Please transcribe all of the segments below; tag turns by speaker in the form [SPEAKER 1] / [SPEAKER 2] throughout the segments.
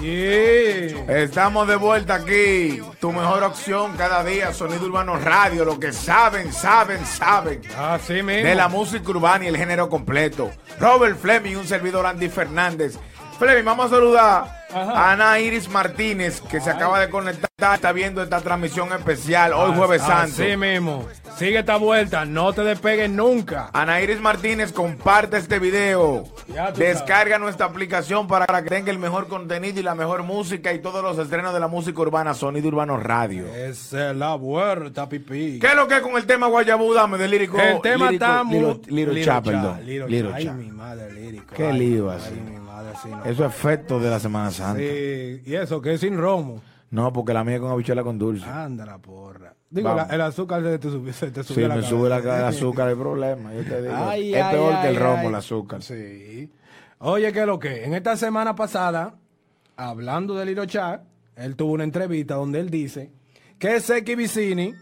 [SPEAKER 1] Yeah.
[SPEAKER 2] Estamos de vuelta aquí. Tu mejor opción cada día, Sonido Urbano Radio. Lo que saben, saben, saben.
[SPEAKER 1] Así mismo.
[SPEAKER 2] De la música urbana y el género completo. Robert Fleming, un servidor Andy Fernández. Fleming, vamos a saludar a Ana Iris Martínez, que se acaba de conectar. Está viendo esta transmisión especial hoy
[SPEAKER 1] Ah,
[SPEAKER 2] Jueves Santo.
[SPEAKER 1] Así mismo. Sigue esta vuelta. No te despegues nunca.
[SPEAKER 2] Ana Iris Martínez, comparte este video.
[SPEAKER 1] Ya tú
[SPEAKER 2] Descarga nuestra aplicación para que tenga el mejor contenido y la mejor música y todos los estrenos de la música urbana, Sonido Urbano Radio.
[SPEAKER 1] Esa es la vuelta, pipí.
[SPEAKER 2] ¿Qué es lo que es con el tema Guayabú? Dame de lírico.
[SPEAKER 1] El tema
[SPEAKER 2] lírico-
[SPEAKER 1] está muy.
[SPEAKER 2] Liro- Liro
[SPEAKER 1] Liro
[SPEAKER 2] Cha,
[SPEAKER 1] Cha,
[SPEAKER 2] perdón.
[SPEAKER 1] Liro
[SPEAKER 2] Liro
[SPEAKER 1] Cha. Ay,
[SPEAKER 2] Cha.
[SPEAKER 1] mi madre, lírico.
[SPEAKER 2] Qué
[SPEAKER 1] Ay,
[SPEAKER 2] lío
[SPEAKER 1] ay,
[SPEAKER 2] así.
[SPEAKER 1] mi madade, sí, no.
[SPEAKER 2] Eso es efecto de la Semana Santa.
[SPEAKER 1] Sí, y eso, que es sin romo.
[SPEAKER 2] No, porque la mía es con habichuela con dulce.
[SPEAKER 1] Anda la porra. Digo,
[SPEAKER 2] Vamos.
[SPEAKER 1] la- el azúcar se te sube, se te sube
[SPEAKER 2] sí,
[SPEAKER 1] la
[SPEAKER 2] me
[SPEAKER 1] cabeza.
[SPEAKER 2] sube la, el azúcar, el problema. yo te digo.
[SPEAKER 1] Ay,
[SPEAKER 2] es
[SPEAKER 1] ay,
[SPEAKER 2] peor que el
[SPEAKER 1] ay,
[SPEAKER 2] romo,
[SPEAKER 1] ay.
[SPEAKER 2] el azúcar.
[SPEAKER 1] Sí. Oye, ¿qué es lo que? En esta semana pasada, hablando de Lilo Chat, él tuvo una entrevista donde él dice que Seki Vicini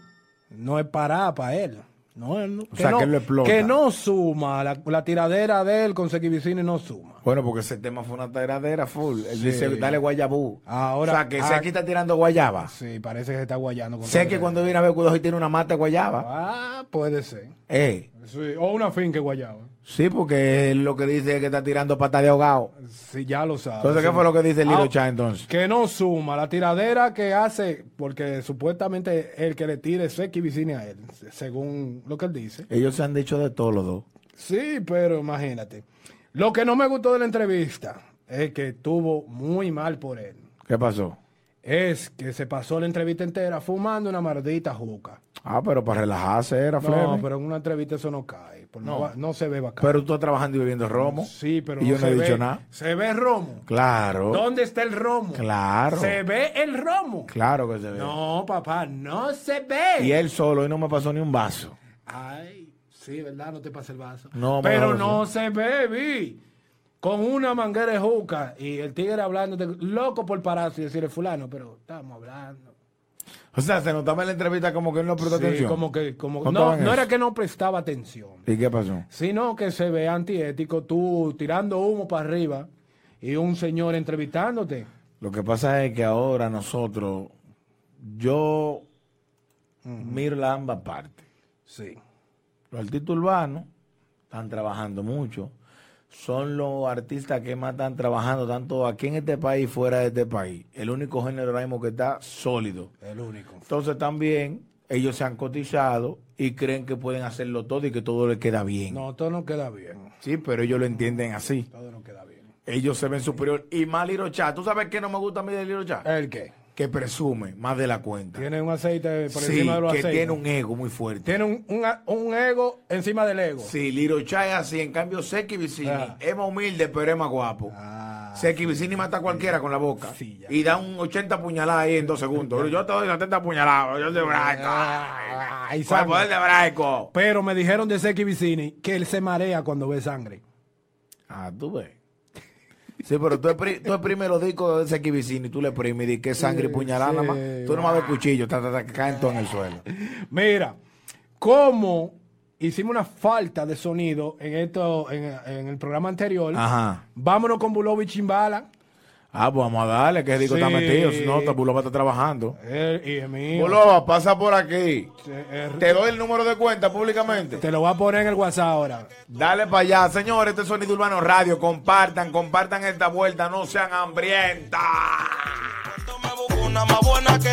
[SPEAKER 1] no es parada para él. No, él no- que
[SPEAKER 2] sea,
[SPEAKER 1] no,
[SPEAKER 2] que él lo explota.
[SPEAKER 1] que no suma, la, la tiradera de él con Seki Vicini no suma.
[SPEAKER 2] Bueno, porque ese tema fue una tiradera full. Él dice, dale guayabú.
[SPEAKER 1] Ahora-
[SPEAKER 2] o sea, que
[SPEAKER 1] ah.
[SPEAKER 2] Seki está tirando guayaba.
[SPEAKER 1] Sí, parece que se está guayando. Con
[SPEAKER 2] Sé que cuando viene a ver cuidado y tiene una mata de guayaba.
[SPEAKER 1] Ah, puede ser.
[SPEAKER 2] Eh,
[SPEAKER 1] Sí, o una finca guayaba.
[SPEAKER 2] sí, porque él lo que dice es que está tirando pata de ahogado.
[SPEAKER 1] Sí, ya lo sabes.
[SPEAKER 2] Entonces, ¿qué fue lo que dice Lilo
[SPEAKER 1] Ah,
[SPEAKER 2] Cha entonces?
[SPEAKER 1] Que no suma la tiradera que hace, porque supuestamente el que le tire es Seki Vicini a él, se- según lo que él dice.
[SPEAKER 2] Ellos se han dicho de todos los dos.
[SPEAKER 1] Sí, pero imagínate. Lo que no me gustó de la entrevista es que estuvo muy mal por él.
[SPEAKER 2] ¿Qué pasó?
[SPEAKER 1] Es que se pasó la entrevista entera fumando una maldita juca.
[SPEAKER 2] Ah, pero para relajarse era,
[SPEAKER 1] No,
[SPEAKER 2] Fleming. pero,
[SPEAKER 1] pero en una entrevista eso no cae. por no. va- no se ve bacán.
[SPEAKER 2] tú estás trabajando y bebiendo romo.
[SPEAKER 1] sí, pero
[SPEAKER 2] Y yo no
[SPEAKER 1] se
[SPEAKER 2] he
[SPEAKER 1] ve-
[SPEAKER 2] dicho nada.
[SPEAKER 1] Se ve romo.
[SPEAKER 2] Claro.
[SPEAKER 1] ¿Dónde está el romo?
[SPEAKER 2] Claro.
[SPEAKER 1] Se ve el romo.
[SPEAKER 2] Claro que se ve.
[SPEAKER 1] No, papá, no se ve.
[SPEAKER 2] Y él solo y no me pasó ni un vaso.
[SPEAKER 1] Ay, sí, ¿verdad? No te pasa el vaso.
[SPEAKER 2] No,
[SPEAKER 1] Pero
[SPEAKER 2] mejor
[SPEAKER 1] no se ve, vi. Con una manguera de juca y el tigre hablando, de, loco por pararse y decirle fulano, pero estamos hablando.
[SPEAKER 2] O sea, se notaba en la entrevista como que él no prestó
[SPEAKER 1] Sí,
[SPEAKER 2] atención.
[SPEAKER 1] como que, como,
[SPEAKER 2] No
[SPEAKER 1] no,
[SPEAKER 2] estaban en
[SPEAKER 1] no era
[SPEAKER 2] eso.
[SPEAKER 1] que no prestaba atención,
[SPEAKER 2] ¿Y qué pasó?
[SPEAKER 1] sino que se ve antiético tú tirando humo para arriba y un señor entrevistándote.
[SPEAKER 2] Lo que pasa es que ahora nosotros, yo miro las ambas partes.
[SPEAKER 1] Sí.
[SPEAKER 2] Los artistas urbanos están trabajando mucho. Son los artistas que más están trabajando, tanto aquí en este país fuera de este país. El único género ahora mismo que está sólido.
[SPEAKER 1] El único.
[SPEAKER 2] Entonces también ellos se han cotizado y creen que pueden hacerlo todo y que todo les queda bien.
[SPEAKER 1] No, todo no queda bien.
[SPEAKER 2] Sí, pero ellos lo entienden así.
[SPEAKER 1] Todo no queda bien.
[SPEAKER 2] Ellos se ven superior. Y más Liro Chá. ¿Tú sabes qué no me gusta a mí de Liro Chá?
[SPEAKER 1] ¿El qué?
[SPEAKER 2] Que presume más de la cuenta.
[SPEAKER 1] Tiene un aceite por
[SPEAKER 2] Sí,
[SPEAKER 1] encima de los
[SPEAKER 2] que
[SPEAKER 1] aceites.
[SPEAKER 2] tiene un ego muy fuerte.
[SPEAKER 1] Tiene un, un, un ego encima del ego.
[SPEAKER 2] Sí, Liro Chá es así. En cambio, Seki Vicini
[SPEAKER 1] Ah.
[SPEAKER 2] es más humilde, pero es más guapo.
[SPEAKER 1] Ah,
[SPEAKER 2] Seki Vicini mata a cualquiera con la boca.
[SPEAKER 1] Sí, ya.
[SPEAKER 2] y da un 80 puñaladas ahí en dos segundos. Yo te doy 70 puñaladas. Yo soy braico.
[SPEAKER 1] Ah, y
[SPEAKER 2] Con el
[SPEAKER 1] sangre.
[SPEAKER 2] poder de braico.
[SPEAKER 1] Pero me dijeron de Seki Vicini que él se marea cuando ve sangre.
[SPEAKER 2] Ah, tú ves. Sí, pero tú expri- tú exprimes los discos de Seki Vicini, tú le exprimes y di que sangre y puñalada
[SPEAKER 1] sí.
[SPEAKER 2] nada más. Tú nomás ves cuchillo, ta, ta, ta, que caen todos en el suelo.
[SPEAKER 1] Mira, como hicimos una falta de sonido en esto, en, en el programa anterior,
[SPEAKER 2] Ajá.
[SPEAKER 1] vámonos con Bulovi Chimbala.
[SPEAKER 2] Ah, pues vamos a darle, que rico está
[SPEAKER 1] Sí.
[SPEAKER 2] metido. Si no, Tabuloba está trabajando.
[SPEAKER 1] Él y el Eh, mío.
[SPEAKER 2] Buloba, pasa por aquí.
[SPEAKER 1] Eh, eh,
[SPEAKER 2] Te doy el número de cuenta públicamente.
[SPEAKER 1] Te lo voy a poner en el WhatsApp ahora.
[SPEAKER 2] Dale para allá, señores. Este es Sonido Urbano Radio. Compartan, compartan esta vuelta. No sean hambrientas.
[SPEAKER 3] Yo me busco una más buena que